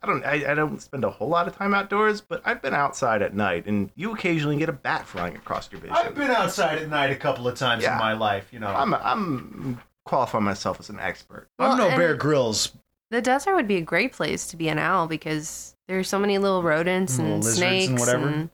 Speaker 3: I don't I, I don't spend a whole lot of time outdoors, but I've been outside at night, and you occasionally get a bat flying across your vision.
Speaker 1: I've been outside at night a couple of times
Speaker 3: Yeah.
Speaker 1: in my life. You know, I'm,
Speaker 3: I'm I'm qualifying myself as an expert.
Speaker 2: Well,
Speaker 1: no
Speaker 2: and-
Speaker 1: Bear Grylls,
Speaker 2: The desert would be a great place to be an owl because there's so many little rodents
Speaker 1: Little
Speaker 2: and
Speaker 1: lizards and
Speaker 2: snakes
Speaker 1: whatever.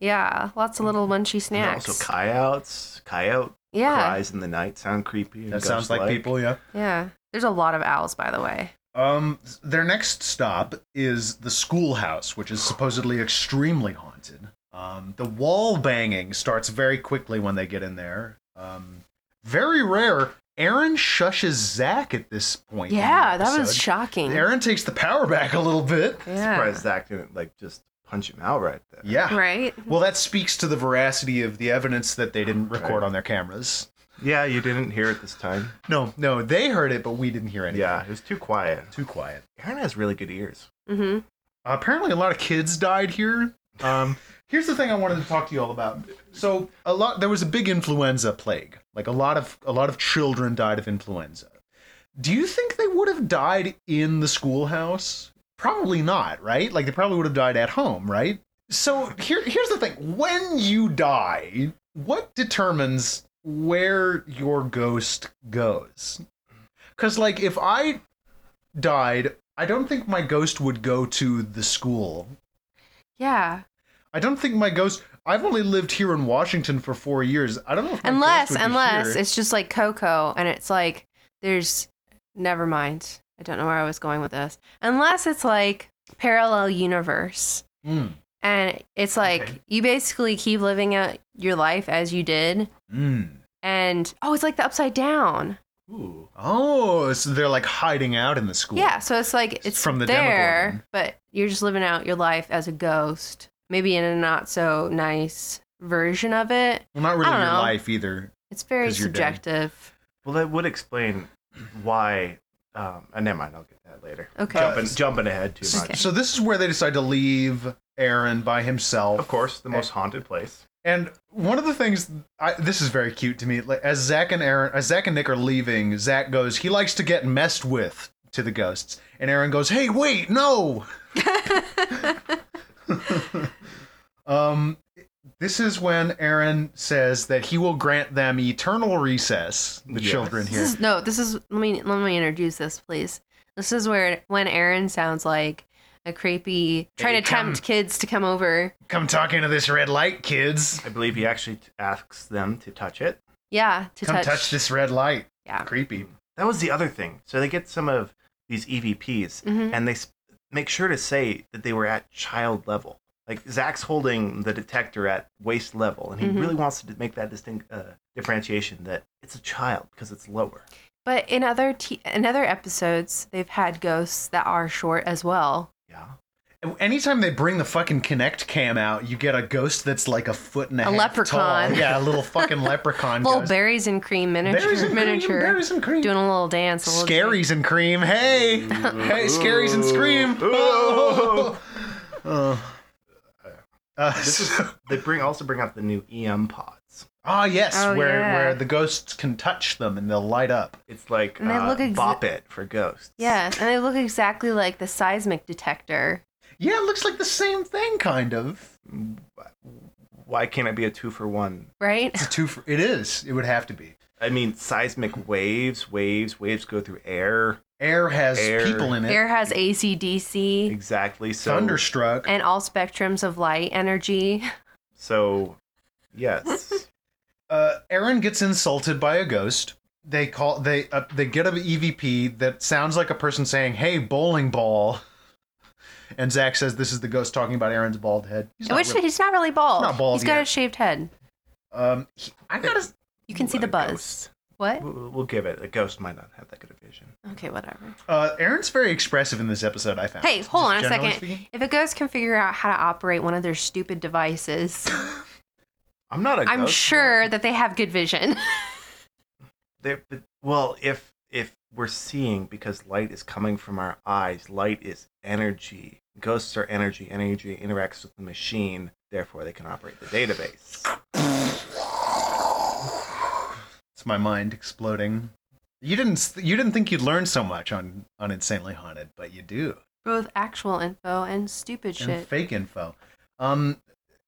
Speaker 2: yeah, lots of little munchy
Speaker 3: And
Speaker 2: snacks.
Speaker 3: Also, coyotes, coyote
Speaker 2: yeah,
Speaker 3: cries in the night sound creepy. and
Speaker 1: That sounds like
Speaker 3: ghost-like.
Speaker 1: people. Yeah.
Speaker 2: yeah. There's a lot of owls, by the way.
Speaker 1: Um, their next stop is the schoolhouse, which is supposedly extremely haunted. Um, the wall banging starts very quickly when they get in there. Um, very rare. Aaron shushes Zach at this point. in the
Speaker 2: Yeah, that was
Speaker 1: episode.
Speaker 2: shocking.
Speaker 1: Aaron takes the power back a little bit.
Speaker 2: yeah.
Speaker 3: Surprised Zach didn't like just punch him out right there.
Speaker 1: Yeah.
Speaker 2: Right?
Speaker 1: Well, that speaks to the veracity of the evidence that they didn't record
Speaker 3: Right.
Speaker 1: on their cameras.
Speaker 3: Yeah, you didn't hear it this time.
Speaker 1: No, no, they heard it, but we didn't hear anything.
Speaker 3: Yeah, it was too quiet.
Speaker 1: Too quiet.
Speaker 3: Aaron has really good ears.
Speaker 2: hmm
Speaker 1: apparently, a lot of kids died here. Um, here's the thing I wanted to talk to you all about. So, a lot there was a big influenza plague. Like a lot of a lot of children died of influenza. Do you think they would have died in the schoolhouse? Probably not, right? Like they probably would have died at home, right? So here, here's the thing: when you die, what determines where your ghost goes? Because, like, if I died, I don't think my ghost would go to the school.
Speaker 2: Yeah.
Speaker 1: I don't think my ghost. I've only lived here in Washington for four years. I don't know if my
Speaker 2: Unless,
Speaker 1: ghost would be
Speaker 2: unless
Speaker 1: here.
Speaker 2: it's just like Coco and it's like, there's, never mind. I don't know where I was going with this. Unless it's like parallel universe.
Speaker 1: Mm,
Speaker 2: And it's like,
Speaker 3: Okay.
Speaker 2: you basically keep living out your life as you did.
Speaker 1: mm.
Speaker 2: And, oh, it's like the upside down.
Speaker 3: Ooh.
Speaker 1: Oh, so they're like hiding out in the school.
Speaker 2: Yeah, so it's like it's
Speaker 1: From
Speaker 2: from
Speaker 1: the
Speaker 2: the
Speaker 1: Demogorgon.
Speaker 2: there, but you're just living out your life as a ghost, maybe in a not so nice version of it.
Speaker 1: Well, not really
Speaker 2: I
Speaker 1: your
Speaker 2: don't know.
Speaker 1: life either.
Speaker 2: It's very
Speaker 1: 'Cause you're dead.
Speaker 2: subjective.
Speaker 3: Well, that would explain why. Um, uh, never mind. I'll get that later.
Speaker 2: Okay.
Speaker 3: Jumping, jumping ahead too much.
Speaker 2: Okay.
Speaker 1: So this is where they decide to leave Aaron by himself.
Speaker 3: Of course, the most haunted place.
Speaker 1: And one of the things I, this is very cute to me. Like as Zach and Aaron, as Zach and Nick are leaving, Zach goes, "He likes to get messed with." To the ghosts, and Aaron goes, "Hey, wait, no." um, this is when Aaron says that he will grant them eternal recess. The
Speaker 3: Yes.
Speaker 1: children
Speaker 2: This
Speaker 1: here.
Speaker 2: is no, this is let me let me introduce this, please. This is where when Aaron sounds like a creepy trying
Speaker 1: Hey,
Speaker 2: to tempt
Speaker 1: come.
Speaker 2: kids to come over.
Speaker 1: Come talking to this red light, kids.
Speaker 3: I believe he actually t- asks them to touch it.
Speaker 2: Yeah, to
Speaker 1: Come touch.
Speaker 2: touch.
Speaker 1: this red light.
Speaker 2: Yeah.
Speaker 1: Creepy.
Speaker 3: That was the other thing. So they get some of these EVPs,
Speaker 2: Mhm.
Speaker 3: and they s- make sure to say that they were at child level. Like Zach's holding the detector at waist level, and he
Speaker 2: Mhm.
Speaker 3: really wants to make that distinct uh, differentiation that it's a child because it's lower.
Speaker 2: But in other t- in other episodes, they've had ghosts that are short as well.
Speaker 3: Yeah.
Speaker 1: Anytime they bring the fucking Connect cam out, you get a ghost that's like a foot and a,
Speaker 2: A
Speaker 1: half
Speaker 2: leprechaun.
Speaker 1: tall. Yeah, a little fucking leprechaun.
Speaker 2: Little
Speaker 1: ghost.
Speaker 2: berries and cream miniature,
Speaker 1: Berries and
Speaker 2: miniature,
Speaker 1: cream. Berries and cream.
Speaker 2: doing a little dance. A little
Speaker 1: Scaries and cream. Hey, hey, scaries and scream.
Speaker 3: Ooh.
Speaker 1: Uh, uh,
Speaker 3: This is-
Speaker 1: so-
Speaker 3: They bring also bring out the new EM pods.
Speaker 1: ah yes,
Speaker 2: Oh,
Speaker 1: where
Speaker 2: yeah.
Speaker 1: where the ghosts can touch them and they'll light up.
Speaker 3: It's like
Speaker 2: And they
Speaker 3: uh,
Speaker 2: look exa-
Speaker 3: bop it for ghosts.
Speaker 2: Yeah, and they look exactly like the seismic detector.
Speaker 1: Yeah, it looks like the same thing, kind of.
Speaker 3: Why can't it be a two for one?
Speaker 2: Right?
Speaker 1: It's a two. For, it is. It would have to be.
Speaker 3: I mean, seismic waves, waves, waves go through air.
Speaker 1: Air has
Speaker 3: Air.
Speaker 1: people in it.
Speaker 2: Air has ACDC
Speaker 3: Exactly. So
Speaker 1: Thunderstruck.
Speaker 2: and all spectrums of light energy.
Speaker 3: So, yes.
Speaker 1: uh, Aaron gets insulted by a ghost. They call they uh, they get an EVP that sounds like a person saying, "Hey, bowling ball," and Zach says, "This is the ghost talking about Aaron's bald head." He's not
Speaker 2: Which
Speaker 1: really-
Speaker 2: he's not really bald.
Speaker 1: He's not bald
Speaker 2: He's got
Speaker 1: yet.
Speaker 2: a shaved head.
Speaker 1: um, he- I gotta.
Speaker 2: You can see the
Speaker 3: A
Speaker 2: buzz.
Speaker 3: ghost.
Speaker 2: What?
Speaker 3: We'll, we'll give it. A ghost might not have that good a vision.
Speaker 2: Okay, whatever.
Speaker 1: Uh, Aaron's very expressive in this episode. I found.
Speaker 2: Hey, hold on a
Speaker 1: generally
Speaker 2: second.
Speaker 1: speaking.
Speaker 2: If a ghost can figure out how to operate one of their stupid devices,
Speaker 3: I'm not a
Speaker 2: I'm
Speaker 3: ghost.
Speaker 2: sure that they have good vision.
Speaker 3: They- but- well, if if we're seeing because light is coming from our eyes, light is energy. Ghosts are energy. Energy interacts with the machine, therefore they can operate the database.
Speaker 1: It's my mind exploding. You didn't. s- You didn't think you'd learn so much on on insanely haunted, but you do.
Speaker 2: Both actual info and stupid
Speaker 1: and
Speaker 2: shit.
Speaker 1: fake info. Um,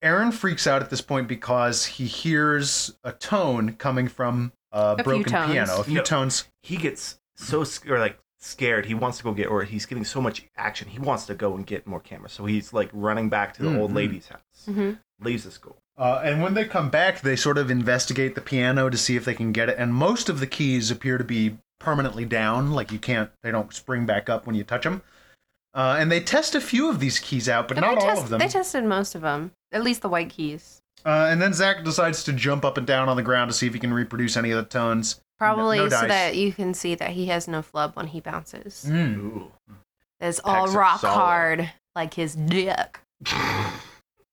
Speaker 1: Aaron freaks out at this point because he hears a tone coming from a,
Speaker 2: few
Speaker 1: broken
Speaker 2: tones.
Speaker 1: piano, a few
Speaker 3: No.
Speaker 1: tones.
Speaker 3: He gets so sc- or like scared. He wants to go get, or he's getting so much action. He wants to go and get more cameras. So he's like running back to the old
Speaker 1: Mhm.
Speaker 3: lady's house.
Speaker 2: hmm
Speaker 3: Leaves the school.
Speaker 1: Uh, and when they come back, they sort of investigate the piano to see if they can get it. And most of the keys appear to be permanently down, like you can't, they don't spring back up when you touch them. Uh, and they test a few of these keys out, but
Speaker 2: And
Speaker 1: not
Speaker 2: they
Speaker 1: all
Speaker 2: test-
Speaker 1: of them.
Speaker 2: They tested most of them, at least the white keys.
Speaker 1: Uh, and then Zach decides to jump up and down on the ground to see if he can reproduce any of the tones.
Speaker 2: Probably
Speaker 3: no
Speaker 2: so
Speaker 3: dice.
Speaker 2: that you can see that he has no flub when he bounces.
Speaker 1: Mm.
Speaker 3: Ooh.
Speaker 2: That's all
Speaker 3: Pecs are
Speaker 2: rock
Speaker 3: solid.
Speaker 2: hard, like his dick.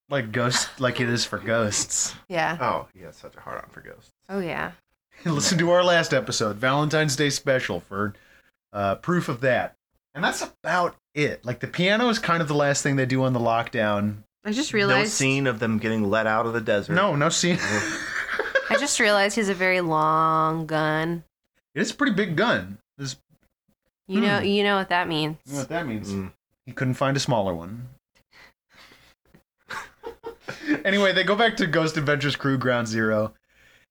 Speaker 1: Like ghost, like it is for ghosts.
Speaker 2: Yeah.
Speaker 3: oh, yeah, it's such a hard on for ghosts.
Speaker 2: Oh yeah.
Speaker 1: Listen to our last episode, Valentine's Day special, for uh, proof of that. And that's about it. Like the piano is kind of the last thing they do on the lockdown.
Speaker 2: I just
Speaker 3: No
Speaker 2: realized.
Speaker 3: scene of them getting let out of the desert.
Speaker 1: No, no scene.
Speaker 2: I just realized he's a very long gun.
Speaker 1: it's a pretty big gun. This,
Speaker 2: You know.
Speaker 1: Hmm.
Speaker 2: You know what that means.
Speaker 1: you know what that means?
Speaker 3: Mm.
Speaker 1: He couldn't find a smaller one. anyway, they go back to Ghost Adventures Crew Ground Zero,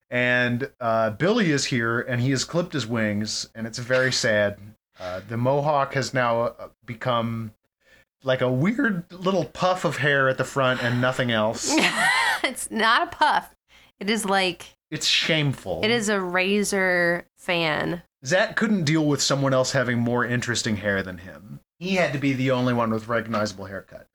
Speaker 1: and uh, Billy is here, and he has clipped his wings, and it's very sad. Uh, the mohawk has now uh, become like a weird little puff of hair at the front and nothing else.
Speaker 2: it's not a puff. It is like
Speaker 1: It's shameful.
Speaker 2: it is a razor fan.
Speaker 1: Zach couldn't deal with someone else having more interesting hair than him. He had to be the only one with recognizable haircut.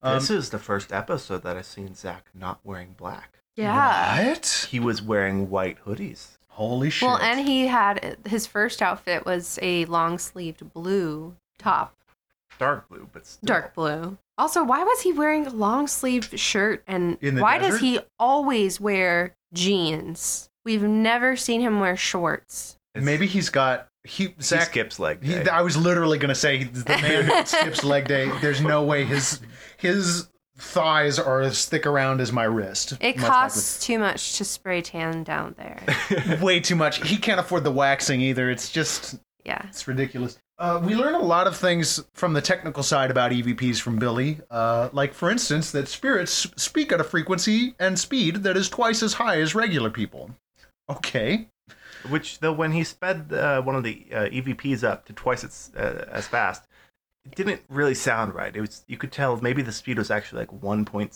Speaker 1: Um,
Speaker 3: this is the first episode that I've seen Zach not wearing black.
Speaker 2: Yeah.
Speaker 1: What?
Speaker 3: He was wearing white hoodies.
Speaker 1: Holy shit.
Speaker 2: Well, and he had his first outfit was a long sleeved blue top,
Speaker 3: Dark blue, but still.
Speaker 2: dark blue. Also, why was he wearing a long sleeved shirt and
Speaker 1: In the
Speaker 2: why does
Speaker 1: desert?
Speaker 2: he always wear jeans? We've never seen him wear shorts.
Speaker 3: It's-
Speaker 1: Maybe he's got he
Speaker 3: he
Speaker 1: Zach.
Speaker 3: skips leg
Speaker 1: he-
Speaker 3: day.
Speaker 1: I was literally gonna say he's the man that skips leg day. There's no way his his thighs are as thick around as my wrist.
Speaker 2: It
Speaker 1: most
Speaker 2: costs too much to spray tan down there.
Speaker 1: likely. way too much. He can't afford the waxing either. It's just
Speaker 2: Yeah.
Speaker 1: it's ridiculous. Uh, we learn a lot of things from the technical side about EVPs from Billy. Uh, like, for instance, that spirits speak at a frequency and speed that is twice as high as regular people. Okay.
Speaker 3: Which, though, when he sped uh, one of the uh, EVPs up to twice its, uh, as fast, it didn't really sound right. It was you could tell maybe the speed was actually like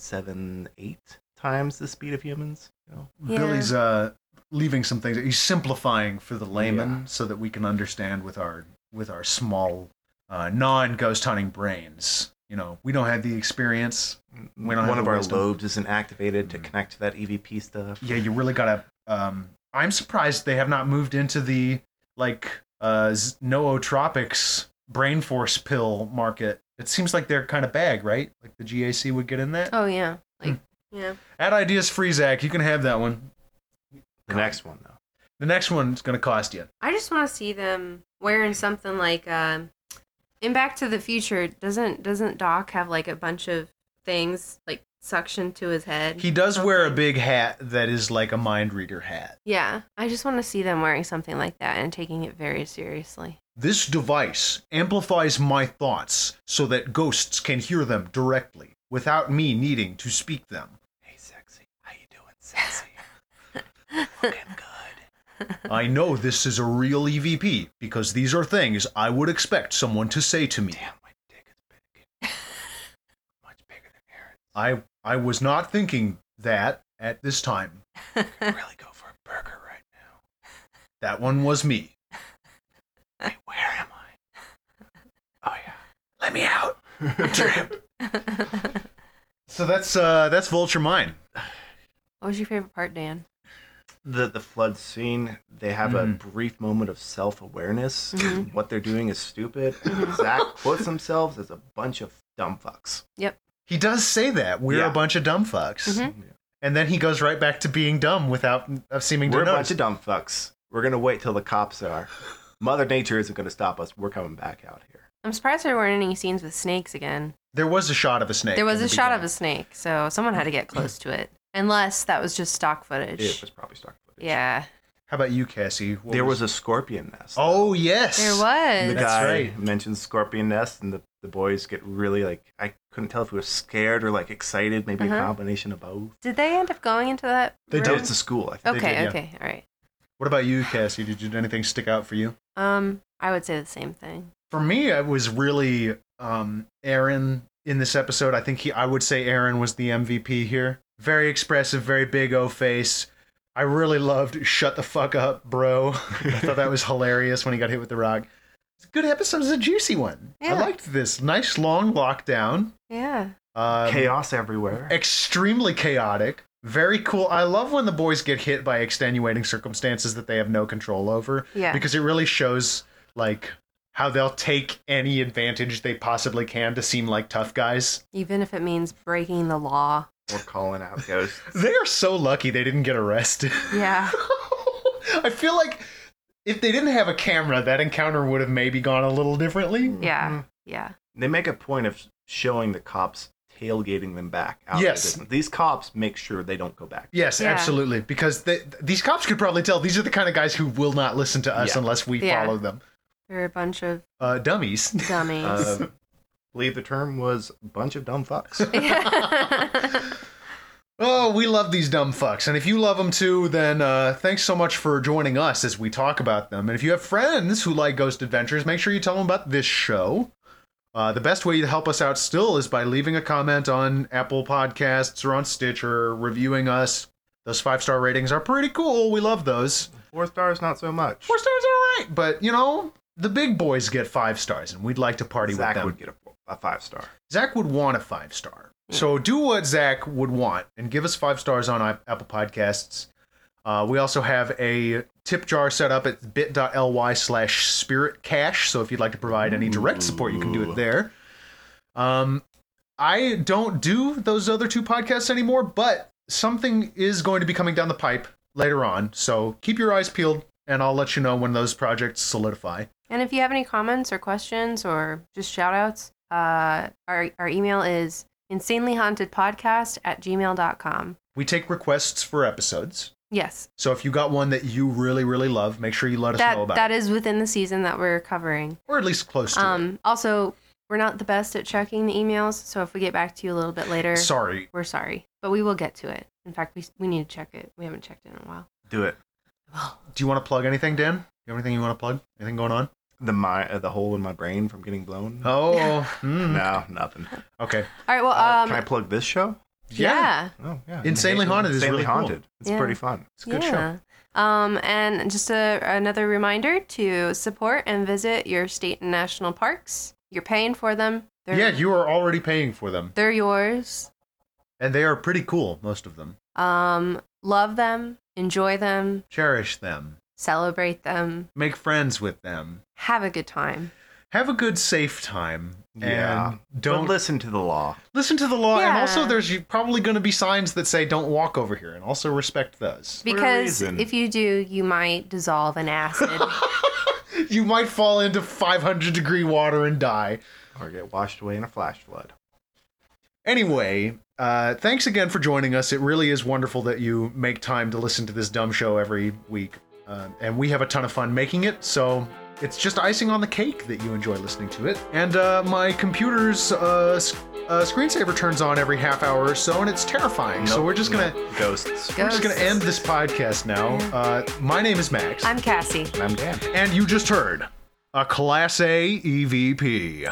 Speaker 3: 1.78 times the speed of humans. You know,
Speaker 2: Yeah.
Speaker 1: Billy's uh, leaving some things. He's simplifying for the layman so that we can understand with our with our small uh, non ghost hunting brains. You know, we don't have the experience. We don't have
Speaker 3: one of
Speaker 1: the
Speaker 3: our
Speaker 1: wisdom.
Speaker 3: lobes isn't activated
Speaker 1: Mhm.
Speaker 3: to connect to that EVP stuff.
Speaker 1: Yeah, you really gotta. Um, I'm surprised they have not moved into the like uh, z- nootropics brain force pill market. It seems like their kind of bag, right? Like the GAC would get in that.
Speaker 2: Oh yeah. Like
Speaker 1: Hmm.
Speaker 2: yeah.
Speaker 1: At ideas free, Zach, you can have that one.
Speaker 3: The next one, though.
Speaker 1: The next one's gonna cost you.
Speaker 2: I just want to see them wearing something like um, in Back to the Future. Doesn't doesn't Doc have like a bunch of things like suction to his head?
Speaker 1: He does wear a big hat that is like a mind reader hat.
Speaker 2: yeah, I just want to see them wearing something like that and taking it very seriously.
Speaker 1: This device amplifies my thoughts so that ghosts can hear them directly without me needing to speak them.
Speaker 3: Hey, sexy, how you doing, sexy? Looking good.
Speaker 1: I know this is a real EVP because these are things I would expect someone to say to me.
Speaker 3: Damn, my dick is big. Much bigger than Aaron's.
Speaker 1: I I was not thinking that at this time.
Speaker 3: Really go for a burger right now.
Speaker 1: That one was me.
Speaker 3: Hey, where am I? Oh yeah. Let me out. Trip.
Speaker 1: So that's uh that's Vulture Mine.
Speaker 2: What was your favorite part, Dan?
Speaker 3: the the flood scene they have a
Speaker 1: Mhm.
Speaker 3: brief moment of self-awareness
Speaker 2: Mhm.
Speaker 3: what they're doing is stupid and zach quotes themselves as a bunch of dumb fucks
Speaker 1: He does say that we're
Speaker 3: Yeah.
Speaker 1: a bunch of dumb fucks,
Speaker 2: Mhm.
Speaker 1: and then he goes right back to being dumb without uh, seeming
Speaker 3: we're a
Speaker 1: to
Speaker 3: bunch
Speaker 1: notice.
Speaker 3: of dumb fucks we're gonna wait till the cops are mother nature isn't gonna stop us we're coming back out here
Speaker 2: I'm surprised there weren't any scenes with snakes again.
Speaker 1: there was a shot of a snake.
Speaker 2: There was
Speaker 1: in
Speaker 2: a
Speaker 1: the
Speaker 2: shot
Speaker 1: beginning.
Speaker 2: of a snake, so someone had to get close to it. Unless that was just stock footage.
Speaker 3: it was probably stock footage
Speaker 2: yeah,
Speaker 1: How about you, Cassie? What
Speaker 3: there was a scorpion nest
Speaker 1: Oh yes,
Speaker 2: there was.
Speaker 3: the
Speaker 1: That's
Speaker 3: guy
Speaker 1: right.
Speaker 3: mentions scorpion nest and the, the boys get really like i couldn't tell if he was scared or like excited maybe a
Speaker 2: Uh-huh.
Speaker 3: combination of both
Speaker 2: Did they end up going into that?
Speaker 1: They
Speaker 3: oh,
Speaker 1: did.
Speaker 2: room?
Speaker 3: it's a school i think
Speaker 2: Okay,
Speaker 1: did, yeah.
Speaker 2: okay, all right.
Speaker 1: What about you, Cassie? Did you did anything stick out for you?
Speaker 2: Um, I would say the same thing.
Speaker 1: For me, it was really um, Aaron in this episode. I think he, I would say Aaron was the MVP here. Very expressive, very big O face. I really loved "Shut the fuck up, bro." I thought that was hilarious when he got hit with the rock. It's a good episode. It's a juicy one.
Speaker 2: Yeah.
Speaker 1: I liked this nice long lockdown.
Speaker 2: Yeah.
Speaker 1: Um,
Speaker 3: chaos everywhere
Speaker 1: Extremely chaotic. Very cool. I love when the boys get hit by extenuating circumstances that they have no control over
Speaker 2: Yeah.
Speaker 1: because it really shows like how they'll take any advantage they possibly can to seem like tough guys.
Speaker 2: Even if it means breaking the law.
Speaker 3: We're calling out ghosts.
Speaker 1: They are so lucky they didn't get arrested.
Speaker 2: Yeah.
Speaker 1: I feel like if they didn't have a camera, that encounter would have maybe gone a little differently.
Speaker 2: Yeah. Yeah.
Speaker 3: They make a point of showing the cops tailgating them back. Out
Speaker 1: Yes.
Speaker 3: the business. These cops make sure they don't go back.
Speaker 1: Yes,
Speaker 2: Yeah.
Speaker 1: absolutely. Because they, these cops could probably tell these are the kind of guys who will not listen to us
Speaker 3: Yeah.
Speaker 1: unless we
Speaker 2: Yeah.
Speaker 1: follow them.
Speaker 2: They're a bunch of
Speaker 1: Uh, dummies.
Speaker 2: dummies.
Speaker 3: Uh, believe the term was bunch of dumb fucks.
Speaker 1: Uh, Oh, we love these dumb fucks. And if you love them too, then uh, thanks so much for joining us as we talk about them. And if you have friends who like Ghost Adventures, make sure you tell them about this show. Uh, the best way to help us out still is by leaving a comment on Apple Podcasts or on Stitcher, reviewing us. Those five star ratings are pretty cool. We love those.
Speaker 3: Four stars, not so much.
Speaker 1: Four stars are all right, but you know, the big boys get five stars, and we'd like to party
Speaker 3: Zach
Speaker 1: with them.
Speaker 3: would get a, a five star.
Speaker 1: Zach would want a five star. So do what Zach would want and give us five stars on i- Apple Podcasts. Uh, we also have a tip jar set up at bit.ly slash spirit cash. So if you'd like to provide any direct support, you can do it
Speaker 3: Ooh.
Speaker 1: there. Um, I don't do those other two podcasts anymore, but something is going to be coming down the pipe later on. So keep your eyes peeled and I'll let you know when those projects solidify.
Speaker 2: And if you have any comments or questions or just shout outs, uh, our, our email is insanelyhauntedpodcast at gmail.com.
Speaker 1: We take requests for episodes.
Speaker 2: Yes,
Speaker 1: So if you got one that you really, really love, make sure you let us know
Speaker 2: that
Speaker 1: about
Speaker 2: that
Speaker 1: it.
Speaker 2: is within the season that we're covering.
Speaker 1: or at least close to
Speaker 2: Um, also, we're not the best at checking the emails, so if we get back to you a little bit later,
Speaker 1: it. Sorry.
Speaker 2: we're sorry, but we will get to it. In fact, we we need to check it. We haven't checked it in a while.
Speaker 3: Do it.
Speaker 1: Do you want to plug anything, Dan? You have anything you want to plug? Anything going on?
Speaker 3: The my uh, the hole in my brain from getting blown.
Speaker 1: Oh, hmm.
Speaker 3: No, nothing.
Speaker 1: okay.
Speaker 2: All right. Well,
Speaker 3: Uh,
Speaker 2: um,
Speaker 3: can I plug this show?
Speaker 2: yeah,
Speaker 3: Oh yeah,
Speaker 1: Insanely Haunted is
Speaker 3: Insanely
Speaker 1: really cool.
Speaker 3: haunted. It's
Speaker 2: Yeah.
Speaker 3: pretty fun. It's a good show.
Speaker 2: yeah. Um, and just a, another reminder to support and visit your state and national parks. You're paying for them. They're,
Speaker 1: yeah, you are already paying for them,
Speaker 2: they're yours.
Speaker 1: and they are pretty cool. Most of them.
Speaker 2: Um, love them, enjoy them,
Speaker 1: Cherish them.
Speaker 2: celebrate them,
Speaker 1: Make friends with them.
Speaker 2: have a good time.
Speaker 1: Have a good, safe time.
Speaker 3: Yeah.
Speaker 1: And don't
Speaker 3: But listen to the law.
Speaker 1: listen to the law. And
Speaker 2: Yeah.
Speaker 1: also, there's probably going to be signs that say "Don't walk over here," and also respect those.
Speaker 3: a
Speaker 2: Because
Speaker 3: reason.
Speaker 2: if you do, you might dissolve in acid.
Speaker 1: You might fall into 500 degree water and die.
Speaker 3: Or get washed away in a flash flood.
Speaker 1: Anyway, uh, thanks again for joining us. It really is wonderful that you make time to listen to this dumb show every week. Um, and we have a ton of fun making it, so it's just icing on the cake that you enjoy listening to it. And uh, my computer's uh, s- uh, screensaver turns on every half hour or so, and it's terrifying. so
Speaker 3: Nope,
Speaker 1: we're just gonna
Speaker 3: no. ghosts.
Speaker 1: we're just gonna end this podcast now. Uh, my name is Max,
Speaker 2: I'm Cassie.
Speaker 3: And I'm Dan.
Speaker 1: E and you just heard a Class A EVP.